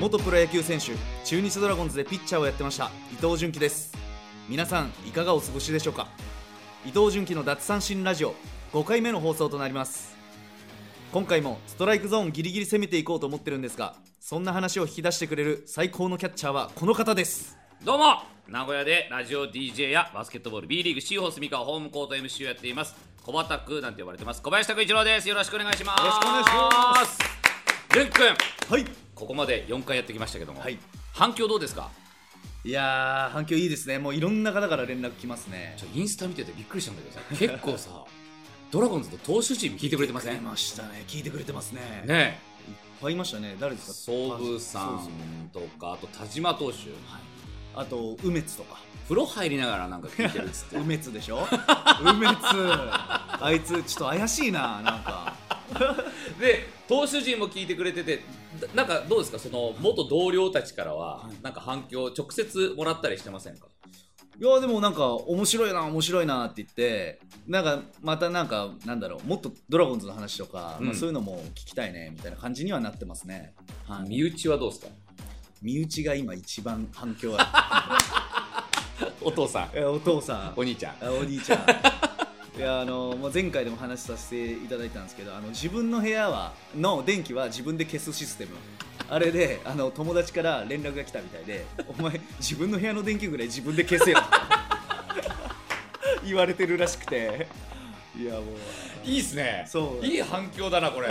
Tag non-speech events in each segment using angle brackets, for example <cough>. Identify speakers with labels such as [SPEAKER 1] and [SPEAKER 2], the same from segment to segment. [SPEAKER 1] 元プロ野球選手中日ドラゴンズでピッチャーをやってました伊藤純喜です皆さんいかがお過ごしでしょうか伊藤純喜の奪三振ラジオ5回目の放送となります今回もストライクゾーンギリギリ攻めていこうと思ってるんですがそんな話を引き出してくれる最高のキャッチャーはこの方です
[SPEAKER 2] どうも名古屋でラジオ DJ やバスケットボール B リーグシーホース三河ホームコート MC をやっています小畑区なんて呼ばれてます小林拓一郎ですよろしくお願いします
[SPEAKER 1] よろしくお願いします
[SPEAKER 2] 純くん
[SPEAKER 1] はい
[SPEAKER 2] ここまで4回やってきましたけども、
[SPEAKER 1] はい
[SPEAKER 2] 反響どうですか
[SPEAKER 1] いやー反響いいですねもういろんな方から連絡来ますね
[SPEAKER 2] ちょインスタ見ててびっくりしたんだ
[SPEAKER 1] <laughs>
[SPEAKER 2] けどさ結構さドラゴンズの投手陣聞いてくれてませんね
[SPEAKER 1] ましたね聞いてくれてますねね
[SPEAKER 2] え
[SPEAKER 1] いっぱいいましたね誰ですか
[SPEAKER 2] 総武さ
[SPEAKER 1] そうそうん
[SPEAKER 2] とかあと田島投手
[SPEAKER 1] あと梅津とか
[SPEAKER 2] 風呂入りながらなんか聞いてるっつって
[SPEAKER 1] 梅津でしょ梅津あいつちょっと怪しいななんか
[SPEAKER 2] で投手陣も聞いてくれててだなんかどうですかその元同僚たちからは、
[SPEAKER 1] はい
[SPEAKER 2] なんか反響直接もらったりしてませんか
[SPEAKER 1] いやでもなんか面白いな面白いなって言ってなんかまたなんかなんだろうもっとドラゴンズの話とか、
[SPEAKER 2] うん
[SPEAKER 1] まあ、そういうのも聞きたいねみたいな感じにはなってますね、はい、
[SPEAKER 2] 身内はどうですか
[SPEAKER 1] 身内が今一番反響あ
[SPEAKER 2] お父さん
[SPEAKER 1] る <laughs> えお父さん
[SPEAKER 2] お兄ちゃん
[SPEAKER 1] あお兄ちゃ
[SPEAKER 2] <laughs>
[SPEAKER 1] んいやあのもう前回でも話させていただいたんですけどあの自分の部屋はの電気は自分で消すシステムあれであの友達から連絡が来たみたいで「お前自分の部屋の電気ぐらい自分で消せよ」 <laughs> 言われてるらしくていやもう
[SPEAKER 2] いいっすね
[SPEAKER 1] そう
[SPEAKER 2] いい反響だなこれ <laughs>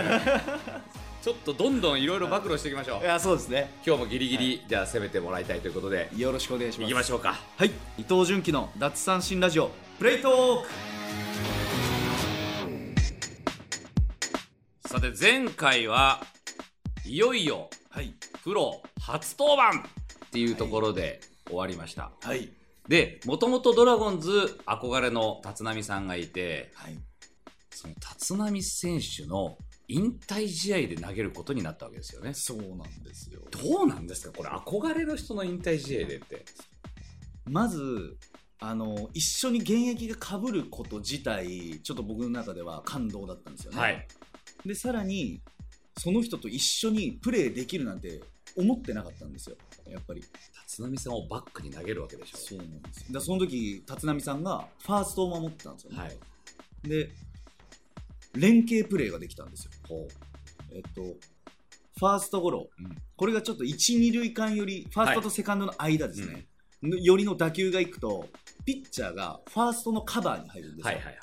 [SPEAKER 2] ちょっとどんどんいろいろ暴露していきましょう
[SPEAKER 1] いやそうですね
[SPEAKER 2] 今日もギリギリ、じゃあ攻めてもらいたいということで
[SPEAKER 1] よろしくお願いし
[SPEAKER 2] い
[SPEAKER 1] ま
[SPEAKER 2] き
[SPEAKER 1] す
[SPEAKER 2] ましょうか
[SPEAKER 1] はい伊藤純喜の脱三振ラジオプレイトーク
[SPEAKER 2] さて前回はいよいよ
[SPEAKER 1] はい
[SPEAKER 2] プロ初登板っていうところで終わりました、
[SPEAKER 1] はい
[SPEAKER 2] で、もともとドラゴンズ憧れの立浪さんがいて、
[SPEAKER 1] はい
[SPEAKER 2] その立浪選手の引退試合で投げることになったわけですよね。
[SPEAKER 1] そうなんですよ
[SPEAKER 2] どうなんですかこれ憧れの人の引退試合でって。
[SPEAKER 1] まずあの一緒に現役が被ること自体ちょっと僕の中では感動だったんですよね、
[SPEAKER 2] はい。
[SPEAKER 1] でさらにその人と一緒にプレーできるなんて思ってなかったんですよやっぱり
[SPEAKER 2] 立浪さんをバックに投げるわけでし
[SPEAKER 1] うなんですだからその時立浪さんがファーストを守ってたんですよ
[SPEAKER 2] ょ。
[SPEAKER 1] ね、
[SPEAKER 2] はい。
[SPEAKER 1] で連携プレーができたんですよ
[SPEAKER 2] ほ
[SPEAKER 1] えっとファーストゴロ、
[SPEAKER 2] うん
[SPEAKER 1] これがちょっと1、2塁間よりファーストとセカンドの間ですね、
[SPEAKER 2] はい
[SPEAKER 1] のよりの打球がいくとピッチャーがファーストのカバーに入るん
[SPEAKER 2] う。
[SPEAKER 1] です
[SPEAKER 2] は
[SPEAKER 1] よ、
[SPEAKER 2] いはいは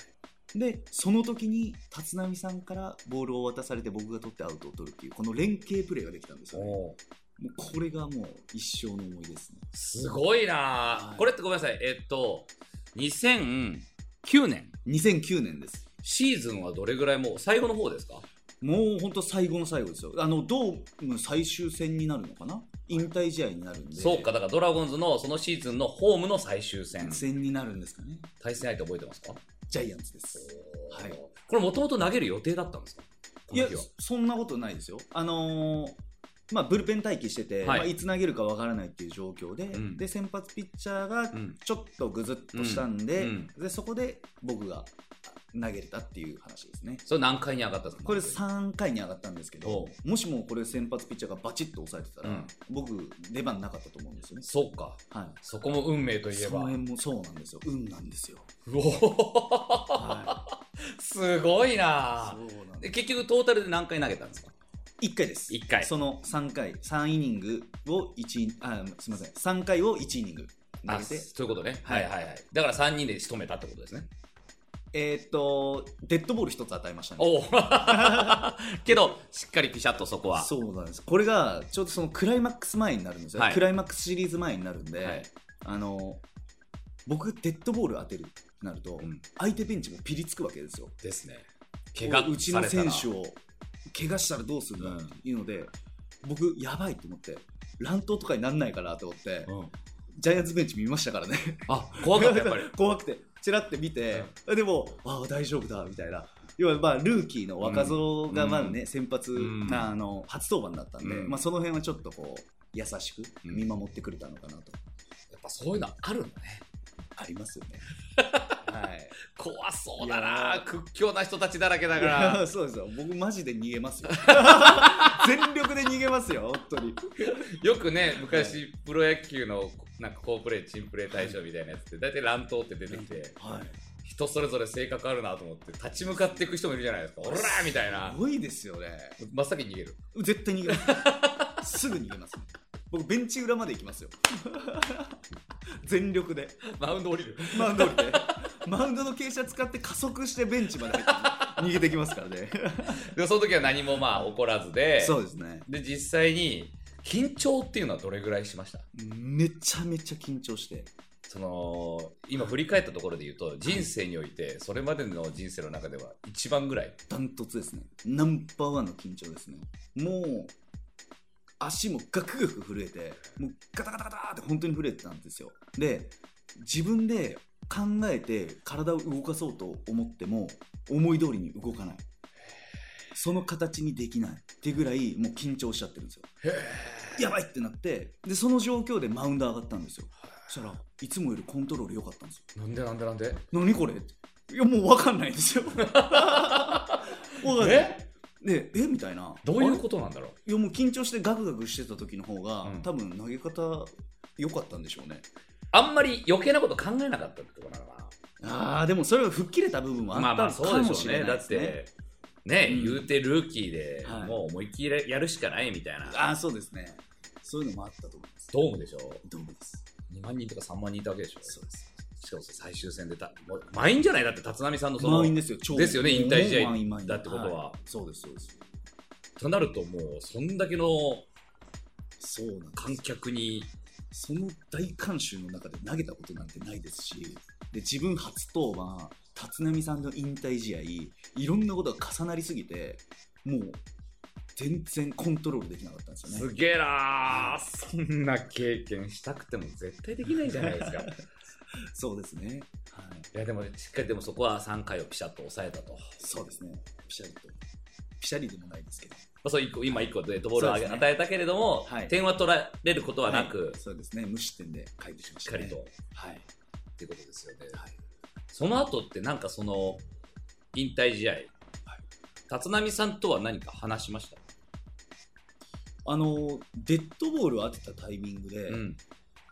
[SPEAKER 2] い。
[SPEAKER 1] でその時に立浪さんからボールを渡されて僕が取ってアウトを取るっていうこの連携プレーができたんですよねも
[SPEAKER 2] おー
[SPEAKER 1] うこれがもう一生の思い出ですね
[SPEAKER 2] すごいな
[SPEAKER 1] は
[SPEAKER 2] ー
[SPEAKER 1] い
[SPEAKER 2] これってごめんなさい。えっと、2009年。
[SPEAKER 1] 2009年です
[SPEAKER 2] シーズンはどれぐらいもう最後の方ですか
[SPEAKER 1] もう本当最後の最後ですよあのドーム最終戦になるのかな引退試合になるんで
[SPEAKER 2] そうか、だからドラゴンズのそのシーズンのホームの最終戦。
[SPEAKER 1] 戦になるんですかね
[SPEAKER 2] 対戦相手覚えてますか
[SPEAKER 1] ジャイアンツですはい
[SPEAKER 2] これもともと投げる予定だったんですかこ
[SPEAKER 1] い
[SPEAKER 2] の
[SPEAKER 1] や
[SPEAKER 2] 日は
[SPEAKER 1] そそんなことないですよあのーまあ、ブルペン待機してて、
[SPEAKER 2] はい
[SPEAKER 1] いまあ、いつ投げるかわからないっていう状況で,、
[SPEAKER 2] ん
[SPEAKER 1] で先発ピッチャーが
[SPEAKER 2] うん
[SPEAKER 1] ちょっとぐずっとしたんで,、
[SPEAKER 2] うん
[SPEAKER 1] でそこで僕が投げれたっていう話ですね
[SPEAKER 2] それ何回に上がったんですか
[SPEAKER 1] これ3回に上がったんですけ
[SPEAKER 2] お
[SPEAKER 1] どもしもこれ先発ピッチャーがバチッと抑えてたら、
[SPEAKER 2] うん
[SPEAKER 1] 僕出番なかったと思うんですよね、
[SPEAKER 2] そうか
[SPEAKER 1] はい、
[SPEAKER 2] そこも運命といえ
[SPEAKER 1] そ
[SPEAKER 2] ば
[SPEAKER 1] の辺もそうなんですよ運なんですよ、
[SPEAKER 2] うおー
[SPEAKER 1] は
[SPEAKER 2] すごい
[SPEAKER 1] い、
[SPEAKER 2] な
[SPEAKER 1] そうなんで
[SPEAKER 2] で
[SPEAKER 1] す
[SPEAKER 2] 結局トータルで何回投げたんですか
[SPEAKER 1] 1回です
[SPEAKER 2] 1回
[SPEAKER 1] その3回3イニングを1あすみません3回を1イニング投
[SPEAKER 2] あ
[SPEAKER 1] げて
[SPEAKER 2] そういうことねは
[SPEAKER 1] はいい
[SPEAKER 2] はいはいだから3人で仕留めたってことですね
[SPEAKER 1] えーっとデッドボール1つ与えましたね
[SPEAKER 2] おお <laughs> けどしっかりピシャッとそこは
[SPEAKER 1] そうなんですこれがちょうどそのクライマックス前になるんですよ、
[SPEAKER 2] はい
[SPEAKER 1] クライマックスシリーズ前になるんで、
[SPEAKER 2] はい
[SPEAKER 1] あの僕デッドボール当てるってなると、
[SPEAKER 2] うん
[SPEAKER 1] 相手ベンチもピリつくわけですよ
[SPEAKER 2] ですね怪我
[SPEAKER 1] うち
[SPEAKER 2] さ
[SPEAKER 1] の
[SPEAKER 2] れたら
[SPEAKER 1] 選手を怪我したらどうするんだっていうので、僕やばいと思って乱闘とかになんないかなと思って、
[SPEAKER 2] うん
[SPEAKER 1] ジャイアンツベンチ見ましたからね <laughs>
[SPEAKER 2] あ怖かったやっぱり
[SPEAKER 1] 怖くてチラって見て、でもああ大丈夫だみたいな要はまあルーキーの若造がまあね、先発、
[SPEAKER 2] うん
[SPEAKER 1] なあの初登板だったんで、
[SPEAKER 2] うん
[SPEAKER 1] まあ、その辺はちょっとこう優しく
[SPEAKER 2] うん
[SPEAKER 1] 見守ってくれたのかなと、
[SPEAKER 2] やっぱそういうのあるんだね <laughs>
[SPEAKER 1] ありますよねはい
[SPEAKER 2] 怖そう
[SPEAKER 1] う
[SPEAKER 2] だ
[SPEAKER 1] だな
[SPEAKER 2] な屈強な人たちだらけだか
[SPEAKER 1] い
[SPEAKER 2] ら
[SPEAKER 1] やそうですよ僕マジで逃げますよ
[SPEAKER 2] <laughs>
[SPEAKER 1] 全力で逃げますよ本当に
[SPEAKER 2] よくね昔、プロ野球のなんか好プレーチンプレー大賞みたいなやつって大体乱闘って出てきて
[SPEAKER 1] はい
[SPEAKER 2] 人それぞれ性格あるなと思って立ち向かっていく人もいるじゃないですか「オラー!」みたいな
[SPEAKER 1] すごいですよね
[SPEAKER 2] 真っ先に逃げる
[SPEAKER 1] 絶対逃げ <laughs> ますすぐ逃げます僕ベンチ裏まで行きますよ <laughs> 全力で
[SPEAKER 2] マウンド降りる
[SPEAKER 1] マウンド降りてマウンドの傾斜使って加速してベンチまで入って逃げてき <laughs> ますからね
[SPEAKER 2] でもその時は何もまあ起こらずで
[SPEAKER 1] そうですね
[SPEAKER 2] で実際に緊張っていうのはどれぐらいしました
[SPEAKER 1] めちゃめちゃ緊張して
[SPEAKER 2] その今振り返ったところで言うと人生においてそれまでの人生の中では一番ぐらい
[SPEAKER 1] ダントツですねナンバーワンの緊張ですねもう足もガクガク震えてもうガタガタガタって本当に震えてたんですよで自分で考えて体を動かそうと思っても思い通りに動かないその形にできないってぐらいもう緊張しちゃってるんですよやばいってなってでその状況でマウンド上がったんですよそしたらいつもよりコントロール良かったんですよ
[SPEAKER 2] なんでなんでなんで
[SPEAKER 1] 何これいやもう分かんないですよ分かんない
[SPEAKER 2] え
[SPEAKER 1] でえみたいな
[SPEAKER 2] どういう
[SPEAKER 1] と
[SPEAKER 2] ことなんだろう
[SPEAKER 1] いやもう緊張してガクガクしてた時の方が、
[SPEAKER 2] うん
[SPEAKER 1] 多分投げ方良かったんでしょうね
[SPEAKER 2] あんまり余計なこと考えなかったってことなのか
[SPEAKER 1] あーでもそれは吹っ切れた部分も
[SPEAKER 2] なま
[SPEAKER 1] あ
[SPEAKER 2] あ
[SPEAKER 1] っ
[SPEAKER 2] ま
[SPEAKER 1] た
[SPEAKER 2] あ
[SPEAKER 1] か
[SPEAKER 2] そう
[SPEAKER 1] も
[SPEAKER 2] でし
[SPEAKER 1] し
[SPEAKER 2] ょう
[SPEAKER 1] れ
[SPEAKER 2] ね
[SPEAKER 1] ない
[SPEAKER 2] だ
[SPEAKER 1] で
[SPEAKER 2] っ
[SPEAKER 1] すね,、
[SPEAKER 2] てね、
[SPEAKER 1] うん
[SPEAKER 2] 言うてルーキーで、
[SPEAKER 1] はい
[SPEAKER 2] もう思いっきりやるしかないみたいな
[SPEAKER 1] ああそうですねそういうのもあったと思います
[SPEAKER 2] ドームでしょ
[SPEAKER 1] どうもです
[SPEAKER 2] 2万人とか3万人いたわけでしょ
[SPEAKER 1] そうです
[SPEAKER 2] しかもそれ最終戦でたもう満員じゃないだって立浪さんのその
[SPEAKER 1] 満員ですよ超
[SPEAKER 2] ですよね引退試
[SPEAKER 1] もう
[SPEAKER 2] 合
[SPEAKER 1] 満員満員
[SPEAKER 2] だってことはい
[SPEAKER 1] そうですそうです
[SPEAKER 2] となるともうそんだけの
[SPEAKER 1] そうなんです
[SPEAKER 2] 観客に
[SPEAKER 1] その大観衆の中で投げたことなんてないですしで自分初登板立浪さんの引退試合いろんなことが重なりすぎてもう全然コントロールできなかったんですよ
[SPEAKER 2] す
[SPEAKER 1] ね
[SPEAKER 2] げえなーそんな経験したくても絶対できないじゃない
[SPEAKER 1] <laughs>
[SPEAKER 2] ですかい
[SPEAKER 1] そうですね、はい、
[SPEAKER 2] やでもしっかりでもそこは3回をピシャッと抑えたと、ま
[SPEAKER 1] そうですねピシャリとピシャリでもないですけど
[SPEAKER 2] あ、そう一個今1個デッドボールをあげ、
[SPEAKER 1] そうですね
[SPEAKER 2] 与えたけれども、
[SPEAKER 1] はい
[SPEAKER 2] 点は取られることはなく、
[SPEAKER 1] はいそうですね無失点で回避しまし、
[SPEAKER 2] したっか
[SPEAKER 1] ね、
[SPEAKER 2] りと、っ
[SPEAKER 1] はい、
[SPEAKER 2] ていうことですよね、
[SPEAKER 1] はい
[SPEAKER 2] その後ってなんかその引退試合、立浪さんとは何か話しました、
[SPEAKER 1] あのデッドボールを当てたタイミングで、
[SPEAKER 2] うん、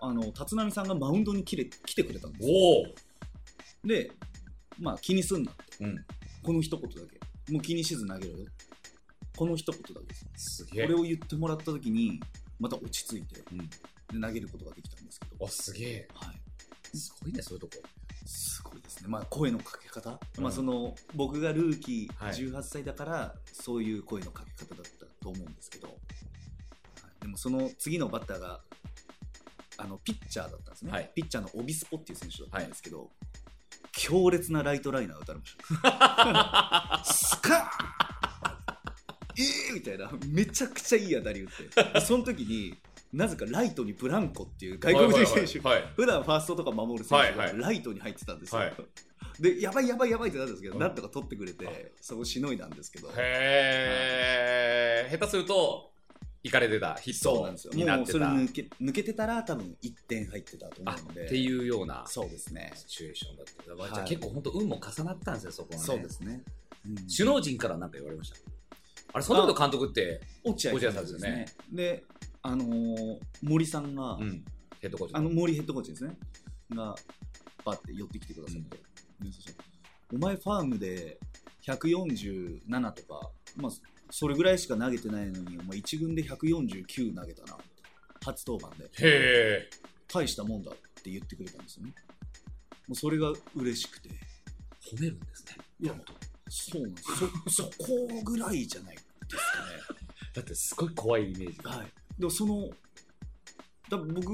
[SPEAKER 1] あの立浪さんがマウンドに来れ来てくれたんですよ
[SPEAKER 2] おお、
[SPEAKER 1] でまあ気にすんな
[SPEAKER 2] うん、
[SPEAKER 1] この一言だけ。もう気にせず投げろよ。この一言だけです。
[SPEAKER 2] す
[SPEAKER 1] こ
[SPEAKER 2] げえ
[SPEAKER 1] れを言ってもらったときに、また落ち着いて、
[SPEAKER 2] うん
[SPEAKER 1] で投げることができたんですけど、
[SPEAKER 2] あすげえ
[SPEAKER 1] はい、
[SPEAKER 2] すごいねそういうとこ
[SPEAKER 1] すごいですね。まあ、声のかけ方、
[SPEAKER 2] うん
[SPEAKER 1] まあ、その、僕がルーキ
[SPEAKER 2] はい
[SPEAKER 1] ー18歳だから、そういう声のかけ方だったと思うんですけど、はいでもその次のバッターが、あの、ピッチャーだったんですね。
[SPEAKER 2] はい
[SPEAKER 1] ピッチャーのオビスポっていう選手だったんですけど、強烈なライトライナー打たれました。スカーンえーみたいなめちゃくちゃいい当たり打ってその時になぜかライトにブランコっていう外国人選手
[SPEAKER 2] はいはいはい
[SPEAKER 1] 普段ファーストとか守る選手
[SPEAKER 2] はい
[SPEAKER 1] が
[SPEAKER 2] は
[SPEAKER 1] ライトに入ってたんですよ、
[SPEAKER 2] はい
[SPEAKER 1] でやばいやばいやばいってなったんですけど、
[SPEAKER 2] うん
[SPEAKER 1] なんとか取ってくれ
[SPEAKER 2] あ
[SPEAKER 1] てそこしのいだんですけど
[SPEAKER 2] へえ、下手すると、行かれてた、ヒッ
[SPEAKER 1] そうな
[SPEAKER 2] ト
[SPEAKER 1] んですよ
[SPEAKER 2] にな
[SPEAKER 1] も
[SPEAKER 2] っ
[SPEAKER 1] う
[SPEAKER 2] て
[SPEAKER 1] それ
[SPEAKER 2] た。
[SPEAKER 1] 抜け抜けてたら多分1点入ってたと思
[SPEAKER 2] あ
[SPEAKER 1] うので
[SPEAKER 2] っていうようなシ
[SPEAKER 1] そうですね
[SPEAKER 2] チュエーションだった。
[SPEAKER 1] はい
[SPEAKER 2] じゃあ結構本当、運も重なったんですよ、そこはね。
[SPEAKER 1] そうで。すね、うん
[SPEAKER 2] 首脳陣からなんか言われました。あれ、その時の監督って、
[SPEAKER 1] 落合さんです
[SPEAKER 2] 落合さんで
[SPEAKER 1] ねであのー森さんが、
[SPEAKER 2] うん、ヘッドコーチ
[SPEAKER 1] あの森ヘッドコーチですね、がバって寄ってきてくださって、でそしたらお前、ファームで147とか、まあ、それぐらいしか投げてないのに、お前、1軍で149投げたな、初登板で、
[SPEAKER 2] へえ、
[SPEAKER 1] 大したもんだって言ってくれたんですよね。もうそれが嬉しくて、
[SPEAKER 2] 褒めるんですね。
[SPEAKER 1] いや、そうなんですそそこぐらいじゃないですかね。
[SPEAKER 2] だって、すごい怖いイメージが。
[SPEAKER 1] はい、でもそのだ僕、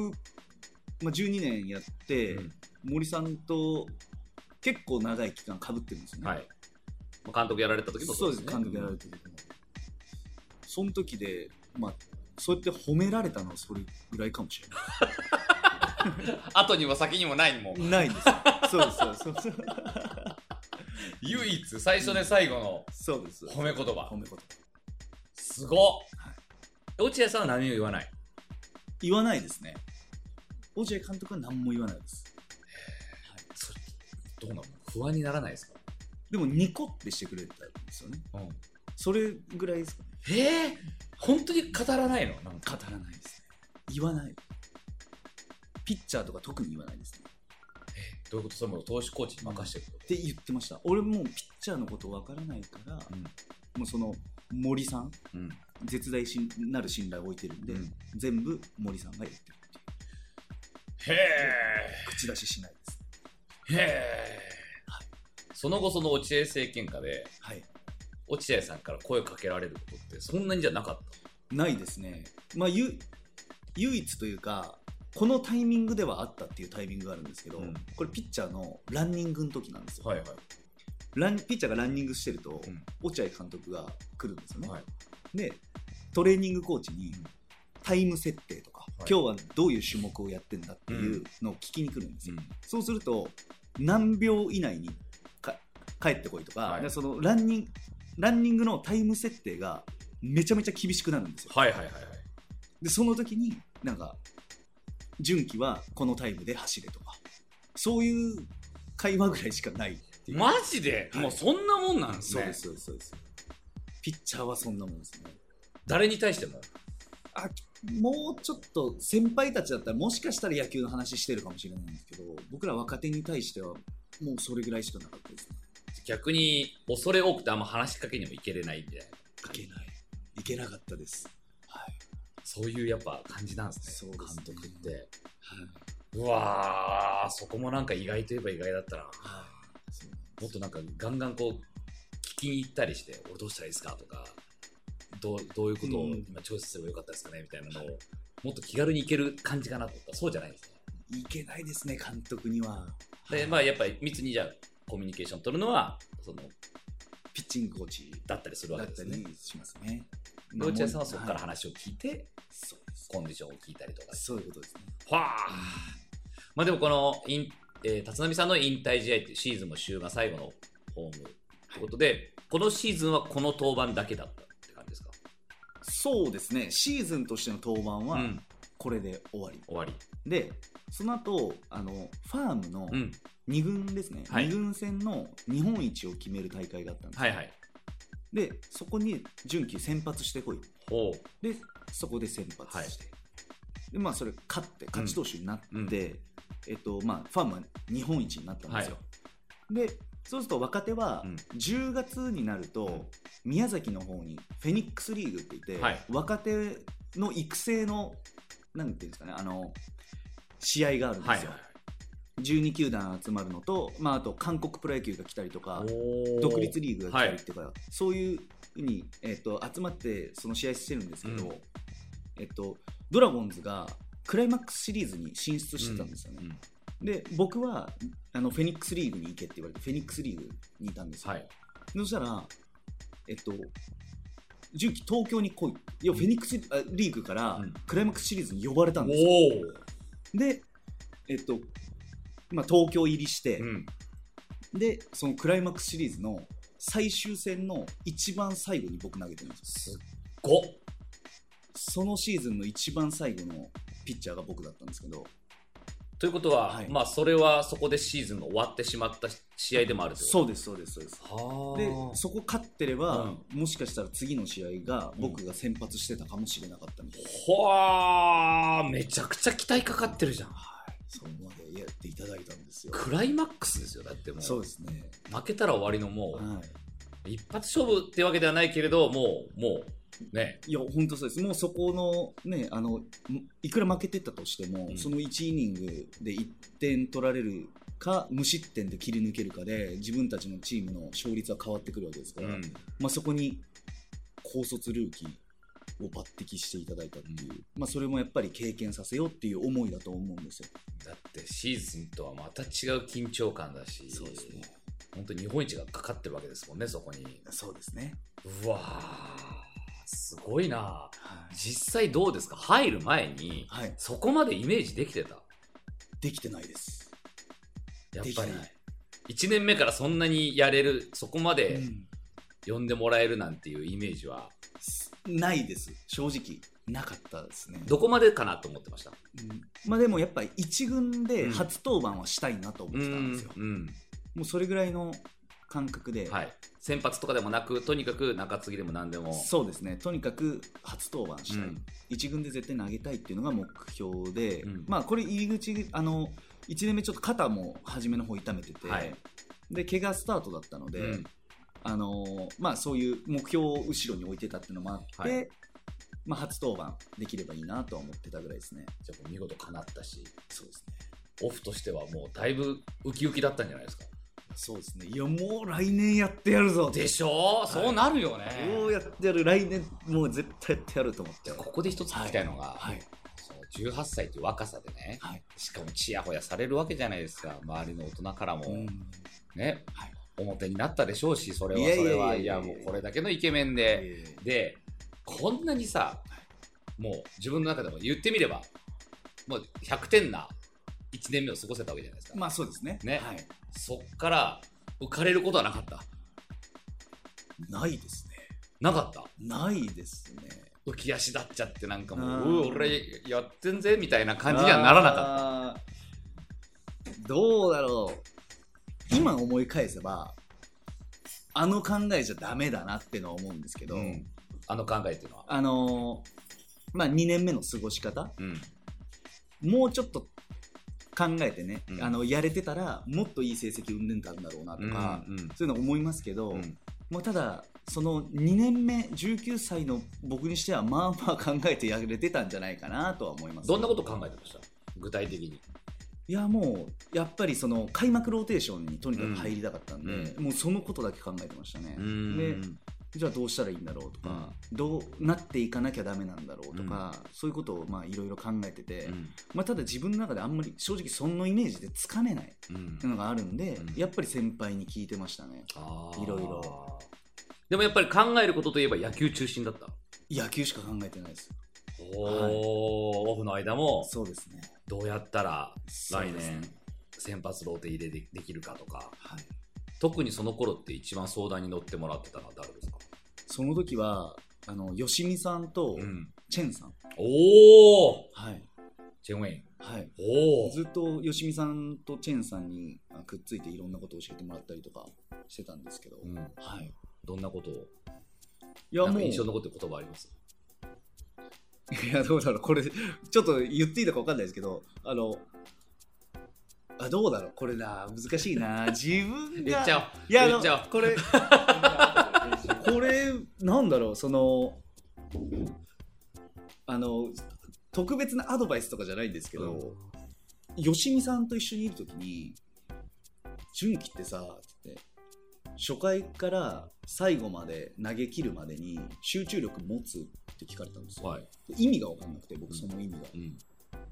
[SPEAKER 1] まあ、12年やって、
[SPEAKER 2] うん
[SPEAKER 1] 森さんと結構長い期間かぶってるんですよね、
[SPEAKER 2] はい。まあ監督やられた時も
[SPEAKER 1] そうです監督やられ
[SPEAKER 2] た。
[SPEAKER 1] てる時もその時で、まあ、そうやって褒められたのはそれぐらいかもしれな
[SPEAKER 2] 後にも先にもないもん。
[SPEAKER 1] いないんですよそうそうそうそう
[SPEAKER 2] 唯一、最初で最後の
[SPEAKER 1] そうです
[SPEAKER 2] 褒め言
[SPEAKER 1] 褒
[SPEAKER 2] 葉。
[SPEAKER 1] め言葉
[SPEAKER 2] すごっ落合さんは何も言わない。
[SPEAKER 1] 言わないですね落合監督は何も言わないです
[SPEAKER 2] それどうなの不安にならないですか、
[SPEAKER 1] でもニコってしてくれたんですよね
[SPEAKER 2] うん、
[SPEAKER 1] それぐらいですかね
[SPEAKER 2] えー、本当に語らないのなんか
[SPEAKER 1] 語らないですね言わないピッチャーとか特に言わないですね
[SPEAKER 2] どういうことそれも投手コーチに任せてる
[SPEAKER 1] って言ってました俺もうピッチャーのことわからないから、
[SPEAKER 2] うん
[SPEAKER 1] もうその森さん
[SPEAKER 2] と、うん
[SPEAKER 1] 絶大しなる信頼を置いてるんで、
[SPEAKER 2] うん
[SPEAKER 1] 全部森さんがやってるってい
[SPEAKER 2] へえ
[SPEAKER 1] う口出ししないです
[SPEAKER 2] へえその後その落合政権下で
[SPEAKER 1] はい
[SPEAKER 2] 落合さんから声かけられることってそんなにじゃなかっ
[SPEAKER 1] ないですねまあゆ唯一というかこのタイミングではあったっていうタイミングがあるんですけど、
[SPEAKER 2] うん
[SPEAKER 1] これピッチャーのランニングの時なんですよ、
[SPEAKER 2] たはいはい
[SPEAKER 1] ランピッチャーがランニングしてると、
[SPEAKER 2] うん
[SPEAKER 1] 落合監督が来るんですよね、
[SPEAKER 2] はい
[SPEAKER 1] でトレーニングコーチに
[SPEAKER 2] うん
[SPEAKER 1] タイム設定とか、
[SPEAKER 2] はい
[SPEAKER 1] 今日はどういう種目をやってんだっていうのを聞きに来るんですよ、
[SPEAKER 2] うん
[SPEAKER 1] そうすると何秒以内にか帰ってこいとか,、
[SPEAKER 2] はい
[SPEAKER 1] でそのランニングランニングのタイム設定がめちゃめちゃ厳しくなるんですよ
[SPEAKER 2] はいはいはいはい
[SPEAKER 1] でその時になんか純喜はこのタイムで走れとかそういう会話ぐらいしかないっていう
[SPEAKER 2] マジで、
[SPEAKER 1] はい
[SPEAKER 2] もうそんなもんなんです
[SPEAKER 1] そう
[SPEAKER 2] ね
[SPEAKER 1] ですそうですそうですピッチャーはそんなもんですね
[SPEAKER 2] 誰に対しても
[SPEAKER 1] あもうちょっと先輩たちだったらもしかしたら野球の話してるかもしれないんですけど僕ら若手に対してはもうそれぐらいしかなかったですね
[SPEAKER 2] 逆に恐れ多くてあんま話しかけにもいけれないみたいない
[SPEAKER 1] けないいけなかったですはい、
[SPEAKER 2] そういうやっぱ感じなんですね
[SPEAKER 1] そうですね
[SPEAKER 2] 監督ってうわーそこもなんか意外といえば意外だったな
[SPEAKER 1] はいそう
[SPEAKER 2] もっとなんかガンガンこう聞きに行ったりして俺どうしたらいいですかとかどうどういうことを
[SPEAKER 1] うん
[SPEAKER 2] 今調査すればよかったですかねみたいなのをもっと気軽に行ける感じかなと思ったらそうじゃないんですね
[SPEAKER 1] いけないですね監督には
[SPEAKER 2] でまあやっぱり密にじゃあコミュニケーション取るのはその
[SPEAKER 1] ピッチングコーチ
[SPEAKER 2] だったりするわ
[SPEAKER 1] だ
[SPEAKER 2] け
[SPEAKER 1] っ
[SPEAKER 2] で
[SPEAKER 1] た
[SPEAKER 2] すね
[SPEAKER 1] りしますね
[SPEAKER 2] で落合さんはそこから
[SPEAKER 1] はい
[SPEAKER 2] 話を聞いて
[SPEAKER 1] そうです
[SPEAKER 2] コンディションを聞いたりとか
[SPEAKER 1] そういうことですね
[SPEAKER 2] はあ、まあでもこの引、えー立浪さんの引退試合っていうシーズンも終盤最後のホームってことで、このシーズンはこの登板だけだったって感じですか、
[SPEAKER 1] そうですねシーズンとしての登板
[SPEAKER 2] う
[SPEAKER 1] は
[SPEAKER 2] ん、
[SPEAKER 1] これで終わり、
[SPEAKER 2] 終わり、
[SPEAKER 1] でその後あのファームの
[SPEAKER 2] うん、
[SPEAKER 1] 2軍ですね、
[SPEAKER 2] はい
[SPEAKER 1] 2軍戦の日本一を決める大会があったんです、
[SPEAKER 2] はいはい
[SPEAKER 1] でそこに純喜先発してこい
[SPEAKER 2] ほう
[SPEAKER 1] でそこで先発して、でまあそれ勝って勝ち投手になって、
[SPEAKER 2] うんうん
[SPEAKER 1] えっとまあ、ファームは日本一になったんですよ、でそうすると若手は
[SPEAKER 2] うん
[SPEAKER 1] 10月になると宮崎の方にフェニックスリーグって言って、
[SPEAKER 2] はい
[SPEAKER 1] 若手の育成のなんていうんですかねあの試合があるんですよ、
[SPEAKER 2] はいはいはい
[SPEAKER 1] 12球団集まるのと、まあ、あと韓国プロ野球が来たりとか
[SPEAKER 2] おー
[SPEAKER 1] 独立リーグが来たりとか、そういうふうに、えっと集まってその試合してるんですけど、
[SPEAKER 2] うん
[SPEAKER 1] えっと、ドラゴンズがクライマックスシリーズに進出してたんですよね、
[SPEAKER 2] うん
[SPEAKER 1] で僕はあのフェニックスリーグに行けって言われてフェニックスリーグにいたんですよ、
[SPEAKER 2] はい
[SPEAKER 1] そしたらえっと重機東京に来いいやフェニックスあリーグから
[SPEAKER 2] うん
[SPEAKER 1] クライマックスシリーズに呼ばれたんですよ、
[SPEAKER 2] お
[SPEAKER 1] でえっとまあ、東京入りして、
[SPEAKER 2] お、うん、
[SPEAKER 1] でそのクライマックスシリーズの最終戦の一番最後に僕投げてるんですよ
[SPEAKER 2] ご
[SPEAKER 1] そのシーズンの一番最後のピッチャーが僕だったんですけど
[SPEAKER 2] ということは、
[SPEAKER 1] はい
[SPEAKER 2] まあそれはそこでシーズンが終わってしまった試合でもあるってこと
[SPEAKER 1] そうですそうですそうです
[SPEAKER 2] はあ
[SPEAKER 1] でそこ勝ってれば、もしかしたら次の試合が僕が先発してたかもしれなかったみたいな、
[SPEAKER 2] ほあめちゃくちゃ期待かかってるじゃん
[SPEAKER 1] はいそこまでやっていただいたんですよ
[SPEAKER 2] クライマックスですよだってもう
[SPEAKER 1] そうですね、
[SPEAKER 2] 負けたら終わりのもう、
[SPEAKER 1] はい、
[SPEAKER 2] 一発勝負ってわけではないけれどもうもうね
[SPEAKER 1] いや本当そうですもうそこのねあのんいくら負けてたとしても、
[SPEAKER 2] うん
[SPEAKER 1] その1イニングで1点取られるか無失点で切り抜けるかで自分たちのチームの勝率は変わってくるわけですから、
[SPEAKER 2] うん
[SPEAKER 1] まあ、そこに高卒ルーキーを抜擢していただいたっていう、まあ、それもやっぱり経験させようっていう思いだと思うんですよ。
[SPEAKER 2] だってシーズンとはまた違う緊張感だし本当に日本一がかかってるわけですもんねそこに
[SPEAKER 1] そうですね、
[SPEAKER 2] うわーすごいな
[SPEAKER 1] はい
[SPEAKER 2] 実際どうですか入る前に
[SPEAKER 1] はい、
[SPEAKER 2] そこまでイメージできてた
[SPEAKER 1] できてないです。
[SPEAKER 2] やっ
[SPEAKER 1] でき
[SPEAKER 2] ぱ
[SPEAKER 1] な
[SPEAKER 2] り
[SPEAKER 1] い
[SPEAKER 2] 1年目からそんなにやれるそこまで
[SPEAKER 1] うん
[SPEAKER 2] 呼んでもらえるなんていうイメージは
[SPEAKER 1] すないです正直なかったですね。
[SPEAKER 2] どこまでかなと思ってました
[SPEAKER 1] うんまあでもやっぱり一軍で初登板はしたいなと思ってたんですよ、
[SPEAKER 2] うん
[SPEAKER 1] もうそれぐらいの感覚で、
[SPEAKER 2] はい、先発とかでもなく、とにかく中継ぎでも何でも、
[SPEAKER 1] そうですねとにかく初登板したい、
[SPEAKER 2] うん
[SPEAKER 1] 一軍で絶対投げたいっていうのが目標で、
[SPEAKER 2] うん
[SPEAKER 1] まあこれ入り口あの1年目ちょっと肩も初めの方痛めてて、
[SPEAKER 2] はい
[SPEAKER 1] で怪我スタートだったので、
[SPEAKER 2] うん
[SPEAKER 1] あのーまあ、そういう目標を後ろに置いてたっていうのもあって、
[SPEAKER 2] はい
[SPEAKER 1] まあ、初登板できればいいなとは思ってたぐらいですね。
[SPEAKER 2] じゃあもう見事叶ったし、
[SPEAKER 1] そうですね
[SPEAKER 2] オフとしてはもうだいぶウキウキだったんじゃないですか。
[SPEAKER 1] そうですねいやもう来年やってやるぞ
[SPEAKER 2] でしょう、そうなるよね。
[SPEAKER 1] どうやってやる来年もう絶対やってやると思って
[SPEAKER 2] ここで一つ聞きたいのが、
[SPEAKER 1] はい、
[SPEAKER 2] その18歳という若さでね、
[SPEAKER 1] はい
[SPEAKER 2] しかもちやほやされるわけじゃないですか、周りの大人からも、ね、
[SPEAKER 1] はい
[SPEAKER 2] 表になったでしょうし、それ
[SPEAKER 1] い
[SPEAKER 2] は
[SPEAKER 1] やい
[SPEAKER 2] そ
[SPEAKER 1] やいや
[SPEAKER 2] れ
[SPEAKER 1] いや
[SPEAKER 2] は、いやもうこれだけのイケメンで、
[SPEAKER 1] え
[SPEAKER 2] で、こんなにさ、もう自分の中でも言ってみれば、もう100点な1年目を過ごせたわけじゃないですか。
[SPEAKER 1] ーまあそうですね
[SPEAKER 2] ね
[SPEAKER 1] はい、
[SPEAKER 2] そっから浮かれることはなかった。
[SPEAKER 1] ないですね
[SPEAKER 2] なかった。
[SPEAKER 1] ないですね
[SPEAKER 2] 浮き足立っちゃってなんかも
[SPEAKER 1] う
[SPEAKER 2] う、
[SPEAKER 1] ん
[SPEAKER 2] うう俺やってんぜみたいな感じにはならなかった。
[SPEAKER 1] かったどうだろう今思い返せばあの考えじゃダメだなってのは思うんですけど、
[SPEAKER 2] うんあの考えっていうのは。
[SPEAKER 1] あのーまあ2年目の過ごし方
[SPEAKER 2] うん。
[SPEAKER 1] もうちょっと考えてね、
[SPEAKER 2] うん
[SPEAKER 1] あのやれてたらもっといい成績生んでたんだろうなとか、
[SPEAKER 2] うん
[SPEAKER 1] そういうの思いますけど、
[SPEAKER 2] うん
[SPEAKER 1] まあ、ただその2年目19歳の僕にしてはまあまあ考えてやれてたんじゃないかなとは思います
[SPEAKER 2] どんなこと考えてました具体的に。
[SPEAKER 1] いやもうやっぱりその開幕ローテーションにとにかく入りたかったんで、
[SPEAKER 2] う
[SPEAKER 1] もうそのことだけ考えてましたね、
[SPEAKER 2] で
[SPEAKER 1] でじゃあどうしたらいいんだろうとか、どうなっていかなきゃダメなんだろうとか、そういうことをまあいろいろ考えてて、
[SPEAKER 2] うん
[SPEAKER 1] まあ、ただ自分の中であんまり正直そのイメージでつかめない
[SPEAKER 2] うん
[SPEAKER 1] のがあるんで、
[SPEAKER 2] うん
[SPEAKER 1] やっぱり先輩に聞いてましたね
[SPEAKER 2] あー
[SPEAKER 1] いろいろ
[SPEAKER 2] でもやっぱり考えることといえば野球中心だった。
[SPEAKER 1] 野球しか考えてないです
[SPEAKER 2] おーオフの間も
[SPEAKER 1] そうですね
[SPEAKER 2] どうやったら
[SPEAKER 1] そう
[SPEAKER 2] 来
[SPEAKER 1] ですね
[SPEAKER 2] 年先発ローテ入れでできるかとか
[SPEAKER 1] はい
[SPEAKER 2] 特にその頃って一番相談に乗ってもらってたのは誰ですか、
[SPEAKER 1] その時はあの吉見さんと
[SPEAKER 2] ん、
[SPEAKER 1] チェンさん、
[SPEAKER 2] おお
[SPEAKER 1] はい
[SPEAKER 2] チェンウェイン
[SPEAKER 1] はい、
[SPEAKER 2] おお
[SPEAKER 1] ずっと吉見さんとチェンさんにあくっついていろんなことを教えてもらったりとかしてたんですけど、
[SPEAKER 2] うん、
[SPEAKER 1] はい、
[SPEAKER 2] どんなことを
[SPEAKER 1] いや
[SPEAKER 2] なん
[SPEAKER 1] も
[SPEAKER 2] か
[SPEAKER 1] う
[SPEAKER 2] 印象に
[SPEAKER 1] い
[SPEAKER 2] 残ってる言葉あります
[SPEAKER 1] やどうだろうこれちょっと言っていいのか分かんないですけどあのあどうだろうこれな難しい
[SPEAKER 2] <laughs>
[SPEAKER 1] な自分が
[SPEAKER 2] 言っちゃおう
[SPEAKER 1] いやあ
[SPEAKER 2] 言
[SPEAKER 1] の
[SPEAKER 2] っちゃ
[SPEAKER 1] こ
[SPEAKER 2] <laughs>
[SPEAKER 1] れこれなんだろうそのあの特別なアドバイスとかじゃないんですけ
[SPEAKER 2] おう
[SPEAKER 1] ど、吉見さんと一緒にいるときに「純喜ってさ」つって初回から最後まで投げ切るまでに集中力持つって聞かれたんですよ
[SPEAKER 2] はい、
[SPEAKER 1] で意味が分かんなくて僕その意味が、
[SPEAKER 2] うん、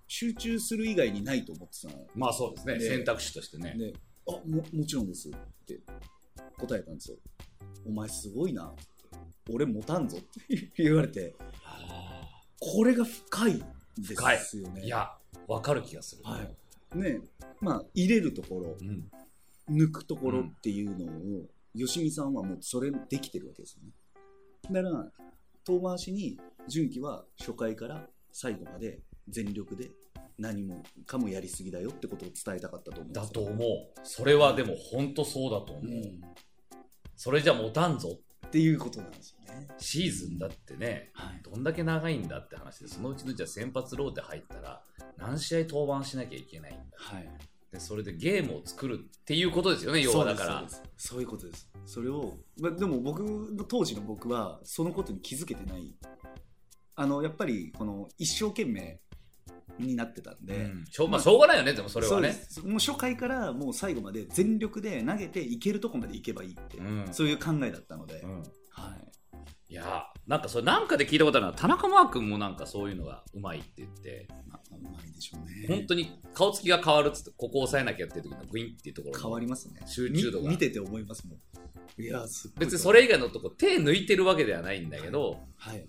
[SPEAKER 1] 集中する以外にないと思ってたの
[SPEAKER 2] まあそうですね
[SPEAKER 1] で
[SPEAKER 2] 選択肢としてね
[SPEAKER 1] で「あももちろんです」って答えたんですよ「お前すごいな」って「俺持たんぞ」って言われて
[SPEAKER 2] あ
[SPEAKER 1] これが深いですよ
[SPEAKER 2] ー
[SPEAKER 1] ね
[SPEAKER 2] いやわかる気がする、
[SPEAKER 1] はいねまあ入れるところ、
[SPEAKER 2] うん、
[SPEAKER 1] 抜くところっていうのを、吉見さんはもうそれできてるわけですよね。だから遠回しに純喜は初回から最後まで全力で何もかもやりすぎだよってことを伝えたかったと思うんで
[SPEAKER 2] だ
[SPEAKER 1] す
[SPEAKER 2] と
[SPEAKER 1] よ。
[SPEAKER 2] 思うそれはでも本当そうだと思う、
[SPEAKER 1] うん、
[SPEAKER 2] それじゃ持たんぞ
[SPEAKER 1] っていうことなんですよね。
[SPEAKER 2] シーズンだってね
[SPEAKER 1] はい、
[SPEAKER 2] どんだけ長いんだって話でそのうちのじゃあ先発ローテ入ったら何試合登板しなきゃいけないんだ
[SPEAKER 1] はい、
[SPEAKER 2] でそれでゲームを作るっていうことですよね要
[SPEAKER 1] そうで
[SPEAKER 2] はだ
[SPEAKER 1] す
[SPEAKER 2] から
[SPEAKER 1] そうですそういうことです。それを、まあ、でも僕の当時の僕はそのことに気づけてない。あのやっぱりこの一生懸命になってたんで。
[SPEAKER 2] うんしょうまあ、しょうがないよねでもそれは
[SPEAKER 1] う
[SPEAKER 2] ね
[SPEAKER 1] ですもう初回からもう最後まで全力で投げていけるとこまでいけばいいって、
[SPEAKER 2] うん
[SPEAKER 1] そういう考えだったので、
[SPEAKER 2] うん
[SPEAKER 1] はい、
[SPEAKER 2] いやなんかそれなんかで聞いたことあるのは田中マー君もなんかそういうのがうまいって言って
[SPEAKER 1] まあ、うまいでしょうね
[SPEAKER 2] 本当に顔つきが変わるっつってここ押さえなきゃっていう時のグインっていうところ
[SPEAKER 1] 変わりますね
[SPEAKER 2] 集中度が
[SPEAKER 1] み見てて思いますもんいやすっごい
[SPEAKER 2] 別にそれ以外のとこ手抜いてるわけではないんだけど、
[SPEAKER 1] はい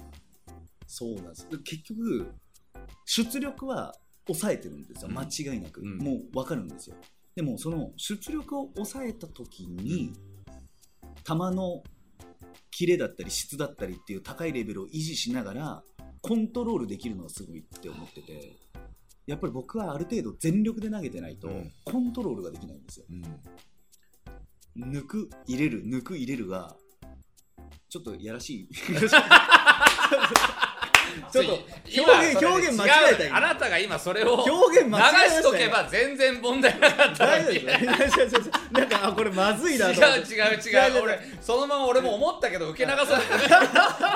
[SPEAKER 1] そうなんです結局出力は抑えてるんですよ
[SPEAKER 2] うん
[SPEAKER 1] 間違いなく、
[SPEAKER 2] うん
[SPEAKER 1] もう分かるんですよでもその出力を抑えた時に球のキレだったり質だったりっていう高いレベルを維持しながらコントロールできるのがすごいって思っててやっぱり僕はある程度全力で投げてないと
[SPEAKER 2] うん
[SPEAKER 1] コントロールができないんですよ、
[SPEAKER 2] うん
[SPEAKER 1] 抜く入れる抜く入れるがちょっとやら <laughs> しいちょっと
[SPEAKER 2] 今
[SPEAKER 1] 表現
[SPEAKER 2] それ
[SPEAKER 1] 表現間違えた
[SPEAKER 2] 違う
[SPEAKER 1] 今
[SPEAKER 2] あなたが今それを
[SPEAKER 1] 表現
[SPEAKER 2] 流
[SPEAKER 1] 間違えま
[SPEAKER 2] し
[SPEAKER 1] した
[SPEAKER 2] と
[SPEAKER 1] よ
[SPEAKER 2] けば全然問題なかった
[SPEAKER 1] 大
[SPEAKER 2] の
[SPEAKER 1] 丈夫で
[SPEAKER 2] に違
[SPEAKER 1] すね違う違う違
[SPEAKER 2] う
[SPEAKER 1] うなんかあこれまずいなと思って
[SPEAKER 2] 違う
[SPEAKER 1] 違う違
[SPEAKER 2] 違
[SPEAKER 1] う
[SPEAKER 2] う俺そのまま俺も思ったけど受け流さ
[SPEAKER 1] <laughs>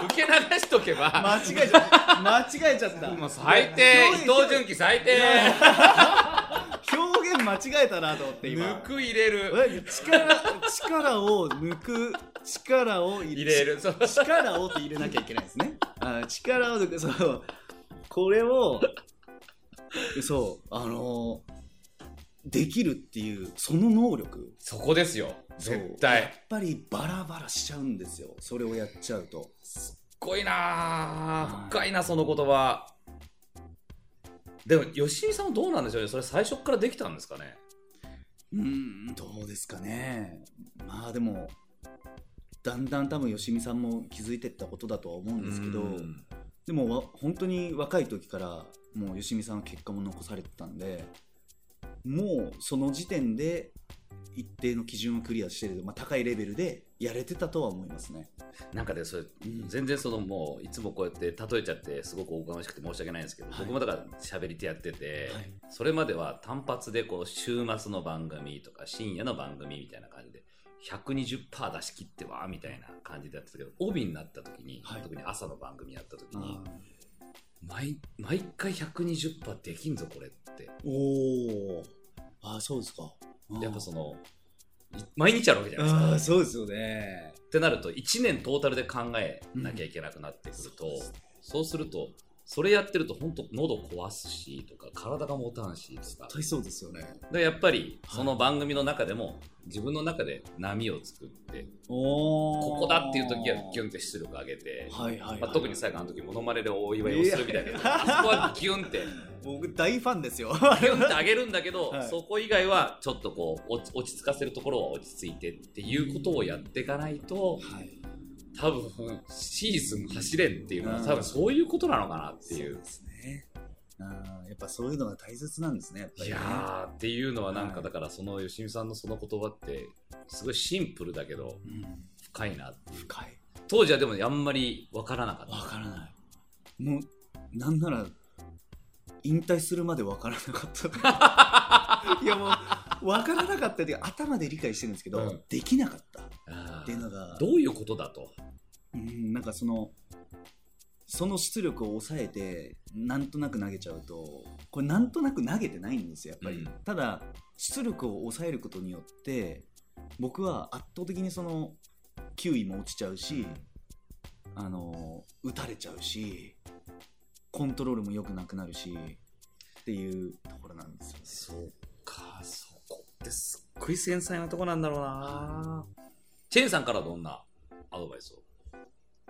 [SPEAKER 2] 受け流しとけば
[SPEAKER 1] 間違えちゃった間違えちゃった
[SPEAKER 2] もう最低伊
[SPEAKER 1] 表現
[SPEAKER 2] 藤純喜最低
[SPEAKER 1] <laughs> 表現間違えたなと思って今
[SPEAKER 2] 抜く入れる
[SPEAKER 1] え力力を抜く力を入
[SPEAKER 2] 入
[SPEAKER 1] れ
[SPEAKER 2] れ
[SPEAKER 1] る
[SPEAKER 2] るそう
[SPEAKER 1] 力をって入れなきゃいけないですねあ力を抜くそうこれをそうあのできるっていうその能力
[SPEAKER 2] そこですよ
[SPEAKER 1] そう
[SPEAKER 2] 絶
[SPEAKER 1] やっ
[SPEAKER 2] 対
[SPEAKER 1] ぱりバラバラしちゃうんですよそれをやっちゃうと
[SPEAKER 2] すごいなあ深いなその言葉でも吉見さんはどうなんでしょうねそれ最初からできたんですかね
[SPEAKER 1] うんどうですかねまあでもだんだん多分よしみさんも気づいてったことだとは思うんですけど、
[SPEAKER 2] うん
[SPEAKER 1] でもわ本当に若い時からもうよしみさんは結果も残されてたんでもうその時点で一定の基準をクリアしてる、まあ、高いレベルでやれてたとは思いますね。
[SPEAKER 2] なんかでそれ
[SPEAKER 1] うん
[SPEAKER 2] 全然そのもういつもこうやって例えちゃってすごくおこがましくて申し訳ないんですけど、
[SPEAKER 1] はい
[SPEAKER 2] 僕もだから喋り手やってて、
[SPEAKER 1] はい
[SPEAKER 2] それまでは単発でこう週末の番組とか深夜の番組みたいな感じで120%出し切ってわーみたいな感じでやってたけど帯になった時に、
[SPEAKER 1] はい
[SPEAKER 2] 特に朝の番組やった時に
[SPEAKER 1] あ
[SPEAKER 2] 毎毎回120%できんぞこれって
[SPEAKER 1] ーおーあーそうですか。
[SPEAKER 2] やっぱそのい毎日あるわけじゃない
[SPEAKER 1] あ
[SPEAKER 2] で
[SPEAKER 1] ー
[SPEAKER 2] すか。
[SPEAKER 1] そうですよね。
[SPEAKER 2] ってなると1年トータルで考えなきゃいけなくなってくると。
[SPEAKER 1] そうですね
[SPEAKER 2] そうすると、それやってると本当喉壊すしとか体が持たんしとか
[SPEAKER 1] 絶対そうですよね。
[SPEAKER 2] でやっぱりその番組の中でも自分の中で波を作って
[SPEAKER 1] お
[SPEAKER 2] ここだっていう時はギュンって出力上げて、
[SPEAKER 1] はいはいはい
[SPEAKER 2] まあ、特に最後の時モノマネでお祝いをするみたいなあそこはギュン
[SPEAKER 1] <laughs>
[SPEAKER 2] って
[SPEAKER 1] 僕大ファンですよ。
[SPEAKER 2] ギュンって上げるんだけど、
[SPEAKER 1] はい
[SPEAKER 2] そこ以外はちょっとこう落ち落ち着かせるところは落ち着いてっていうことをやっていかないと
[SPEAKER 1] い、
[SPEAKER 2] 多分シーズン走れんっていうのは多分そういうことなのかなっていう
[SPEAKER 1] そう。ですね。あーやっぱそういうのが大切なんですね、やっぱ
[SPEAKER 2] い
[SPEAKER 1] りね、
[SPEAKER 2] やーっていうのはなん
[SPEAKER 1] は
[SPEAKER 2] か
[SPEAKER 1] い
[SPEAKER 2] だからその吉見さんのその言葉ってすごいシンプルだけど
[SPEAKER 1] うん
[SPEAKER 2] 深いな
[SPEAKER 1] 深い。
[SPEAKER 2] 当時はでもあんまりわからなか
[SPEAKER 1] わ
[SPEAKER 2] っ
[SPEAKER 1] からない。もう、なんなら、引退するまでわからなか <laughs> った。いやもう、わからなかったっていうか頭で理解してるんですけど、
[SPEAKER 2] うん
[SPEAKER 1] できなかったった
[SPEAKER 2] あ
[SPEAKER 1] ていう
[SPEAKER 2] ー
[SPEAKER 1] のが、
[SPEAKER 2] どういうことだと
[SPEAKER 1] うん、なんかその、その出力を抑えて、なんとなく投げちゃうと、これなんとなく投げてないんですよ、やっぱり。
[SPEAKER 2] うん
[SPEAKER 1] ただ、出力を抑えることによって、僕は圧倒的にその、球威も落ちちゃうし、あの打たれちゃうしコントロールも良くなくなるしっていうところなんですよね
[SPEAKER 2] そうかそこってすっごい繊細なとこなんだろうなチェンさんからどんなアドバイスを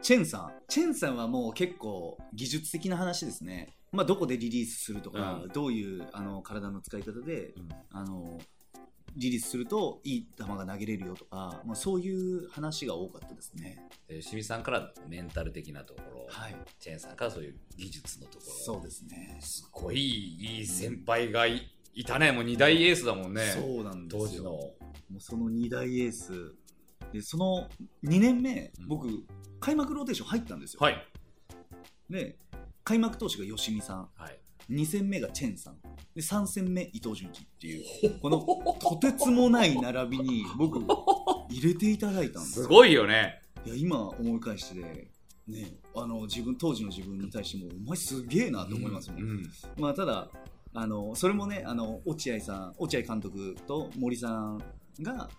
[SPEAKER 1] チェンさんチェンさんはもう結構技術的な話ですね、まあ、どこでリリースするとか、
[SPEAKER 2] う
[SPEAKER 1] どういうあの体の使い方で、
[SPEAKER 2] うん
[SPEAKER 1] あのリリースするといい球が投げれるよとか、まあ、そういう話が多かったですね
[SPEAKER 2] えー吉見さんからメンタル的なところ、
[SPEAKER 1] い
[SPEAKER 2] チェンさんからそういう技術のところ
[SPEAKER 1] そうですね
[SPEAKER 2] すごいいい先輩がいいたねもう二大エースだもんね
[SPEAKER 1] そうなんですよ
[SPEAKER 2] 当時の
[SPEAKER 1] もうその2大エースでその2年目、
[SPEAKER 2] うん
[SPEAKER 1] 僕開幕ローテーション入ったんですよ、
[SPEAKER 2] はい
[SPEAKER 1] で開幕投手が吉見さん
[SPEAKER 2] はい
[SPEAKER 1] 2戦目がチェンさんで3戦目伊藤純喜っていうこのとてつもない並びに僕入れていただいたんです
[SPEAKER 2] す
[SPEAKER 1] よ
[SPEAKER 2] ごいよね。
[SPEAKER 1] いや今思い返してねあの自分当時の自分に対してもお前すげえなと思いますもん、
[SPEAKER 2] うん
[SPEAKER 1] まあただあのそれもねあの落合さん落合監督と森さんが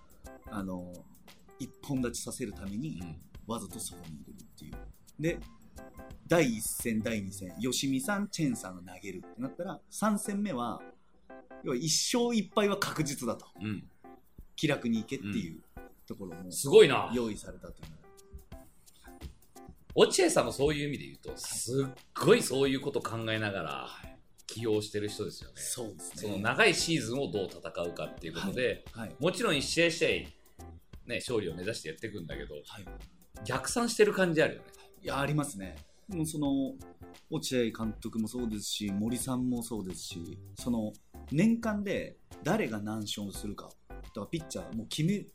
[SPEAKER 1] あの一本立ちさせるためにわざとそこに入れるっていうで第1戦第2戦吉見さんチェンさんが投げるってなったら3戦目は要は1勝1敗は確実だと
[SPEAKER 2] うんうん
[SPEAKER 1] 気楽にいけっていうところも
[SPEAKER 2] すごいな。
[SPEAKER 1] 用意されたという、
[SPEAKER 2] 落合さんもそういう意味で言うと、すっごいそういうこと考えながら起用してる人ですよね。
[SPEAKER 1] そうです
[SPEAKER 2] そ
[SPEAKER 1] ね
[SPEAKER 2] の長いシーズンをどう戦うかっていうことで、
[SPEAKER 1] はい
[SPEAKER 2] もちろん一試合一試合、ね、勝利を目指してやっていくんだけど、
[SPEAKER 1] はい
[SPEAKER 2] 逆算してる感じあるよね。
[SPEAKER 1] いやありますねもうその落合監督もそうですし森さんもそうですしその年間で誰が何勝するかとかピッチャーもう決めっ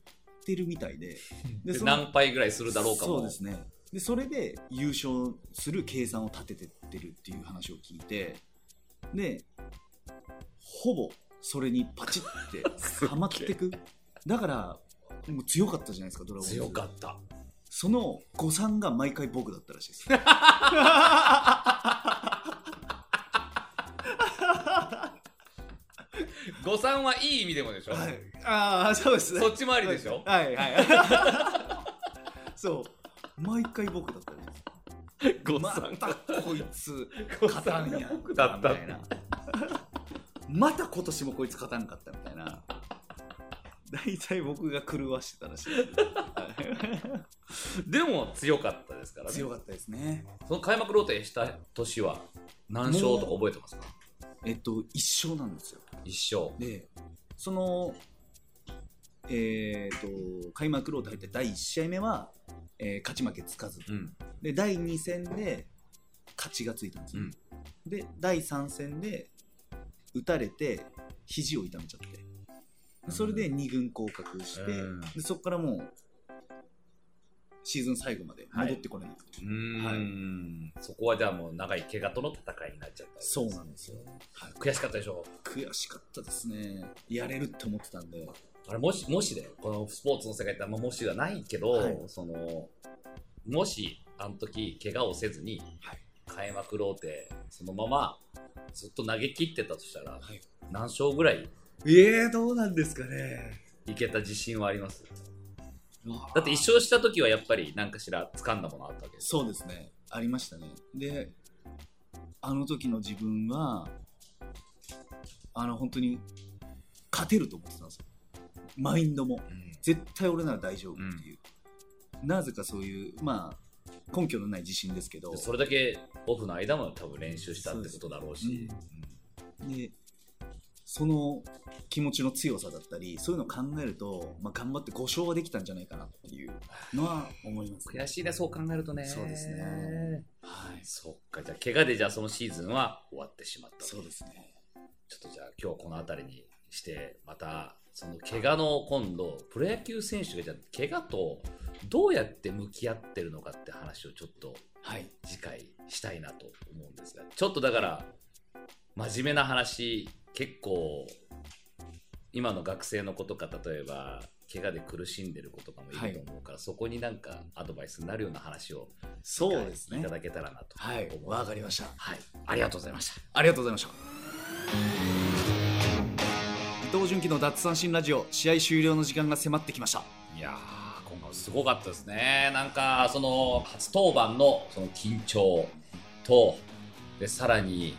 [SPEAKER 1] てるみたいで
[SPEAKER 2] で
[SPEAKER 1] その
[SPEAKER 2] 何敗ぐらいするだろうかも
[SPEAKER 1] そうですねでそれで優勝する計算を立ててってるっていう話を聞いてでほぼそれにパチ
[SPEAKER 2] <laughs>
[SPEAKER 1] ッてはまってくだからもう強かったじゃないですかドラゴンズ
[SPEAKER 2] 強かった
[SPEAKER 1] その誤算が毎回僕だったらしい
[SPEAKER 2] <laughs>
[SPEAKER 1] です
[SPEAKER 2] 誤算はいい意味でもでしょ、
[SPEAKER 1] はい、ああそうですね
[SPEAKER 2] そっちもありで
[SPEAKER 1] <laughs>
[SPEAKER 2] しょ
[SPEAKER 1] はいはい
[SPEAKER 2] <laughs>
[SPEAKER 1] はいそう毎回僕だったんです
[SPEAKER 2] 誤
[SPEAKER 1] またこいつ
[SPEAKER 2] 誤
[SPEAKER 1] 勝たんや
[SPEAKER 2] 僕だった
[SPEAKER 1] みたいな <laughs> また今年もこいつ勝たんかったみたいな大体僕が狂わしてた
[SPEAKER 2] <laughs>
[SPEAKER 1] らしい
[SPEAKER 2] でも強かったですからね
[SPEAKER 1] 強かったですね
[SPEAKER 2] その開幕ローテした年は何勝とか覚えてますか
[SPEAKER 1] えっと一勝なんですよ
[SPEAKER 2] 一勝
[SPEAKER 1] でそのえー、と開幕ローテ入って第1試合目は、えー勝ち負けつかず
[SPEAKER 2] うん
[SPEAKER 1] で第2戦で勝ちがついたんですよ、
[SPEAKER 2] うん
[SPEAKER 1] で第3戦で打たれて肘を痛めちゃってそれで2軍降格して、
[SPEAKER 2] うん
[SPEAKER 1] でそこからもうシーズン最後まで戻ってこれない、
[SPEAKER 2] うーんそこはじゃあもう長い怪我との戦いになっちゃった
[SPEAKER 1] そうなんですよ、
[SPEAKER 2] 悔しかったでしょ
[SPEAKER 1] 悔しかったですねやれるって思ってたんで
[SPEAKER 2] あれもしもしだよこのスポーツの世界ってあんまもしはないけど、
[SPEAKER 1] はい
[SPEAKER 2] そのもしあの時怪我をせずに
[SPEAKER 1] はい
[SPEAKER 2] 開幕ローテそのままずっと投げ切ってたとしたら、
[SPEAKER 1] い
[SPEAKER 2] 何勝ぐらい
[SPEAKER 1] えー、どうなんですかね
[SPEAKER 2] いけた自信はありますだ
[SPEAKER 1] だ
[SPEAKER 2] って一勝した時はやっぱり何かしら掴んだものあったわけです
[SPEAKER 1] そうですねありましたねであの時の自分はあの本当に勝てると思ってたんですよマインドも絶対俺なら大丈夫っていう、なぜかそういうまあ根拠のない自信ですけど
[SPEAKER 2] でそれだけオフの間も多分練習したってことだろう
[SPEAKER 1] う
[SPEAKER 2] し
[SPEAKER 1] んでその気持ちの強さだったりそういうのを考えると、まあ、頑張って5勝はできたんじゃないかなっていうのは思います
[SPEAKER 2] 悔しいねそう考えるとね
[SPEAKER 1] そうですねはい
[SPEAKER 2] そっかじゃあ怪我でじゃあそのシーズンは終わってしまった
[SPEAKER 1] そうですね
[SPEAKER 2] ちょっとじゃあ今日はこの辺りにしてまたその怪我の今度プロ野球選手がじゃあ怪我とどうやって向き合ってるのかって話をちょっと
[SPEAKER 1] はい
[SPEAKER 2] 次回したいなと思うんですがちょっとだから真面目な話結構今の学生の子とか例えば怪我で苦しんでる子とかもいると思うから、そこになんかアドバイスになるような話を
[SPEAKER 1] そうですね
[SPEAKER 2] いただけたらなと
[SPEAKER 1] はい
[SPEAKER 2] 思い、ます
[SPEAKER 1] わかりました。
[SPEAKER 2] はい、ありがとうございました
[SPEAKER 1] ありがとうございました。伊藤純喜の奪三振ラジオ、試合終了の時間が迫ってきました。
[SPEAKER 2] いやー、今回もすごかったですね。なんか、その、初登板のその緊張と、で、さらに、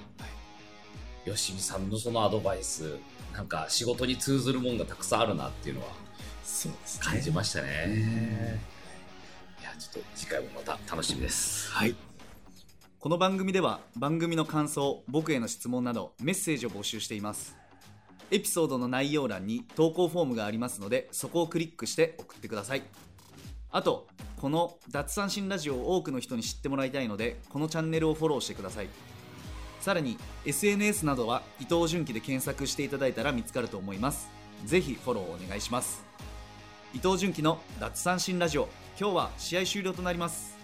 [SPEAKER 2] 吉見さんのそのアドバイス、なんか仕事に通ずるもんがたくさんあるなっていうのは
[SPEAKER 1] そうです
[SPEAKER 2] 感じましたね。いや、ちょっと次回もまた楽しみです。
[SPEAKER 1] はい。この番組では番組の感想、僕への質問などメッセージを募集しています。エピソードの内容欄に投稿フォームがありますので、そこをクリックして送ってください。あと、この奪三振ラジオを多くの人に知ってもらいたいので、このチャンネルをフォローしてください。さらに SNS などは伊藤純喜で検索していただいたら見つかると思います。ぜひフォローお願いします。伊藤純喜の奪三振ラジオ、今日は試合終了となります。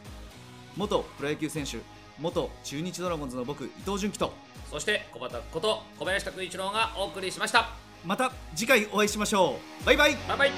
[SPEAKER 1] 元プロ野球選手元中日ドラゴンズの僕伊藤純喜と
[SPEAKER 2] そして、小畑こと小林拓一郎がお送りしました。
[SPEAKER 1] また次回お会いしましょうバイバイ
[SPEAKER 2] バイバイ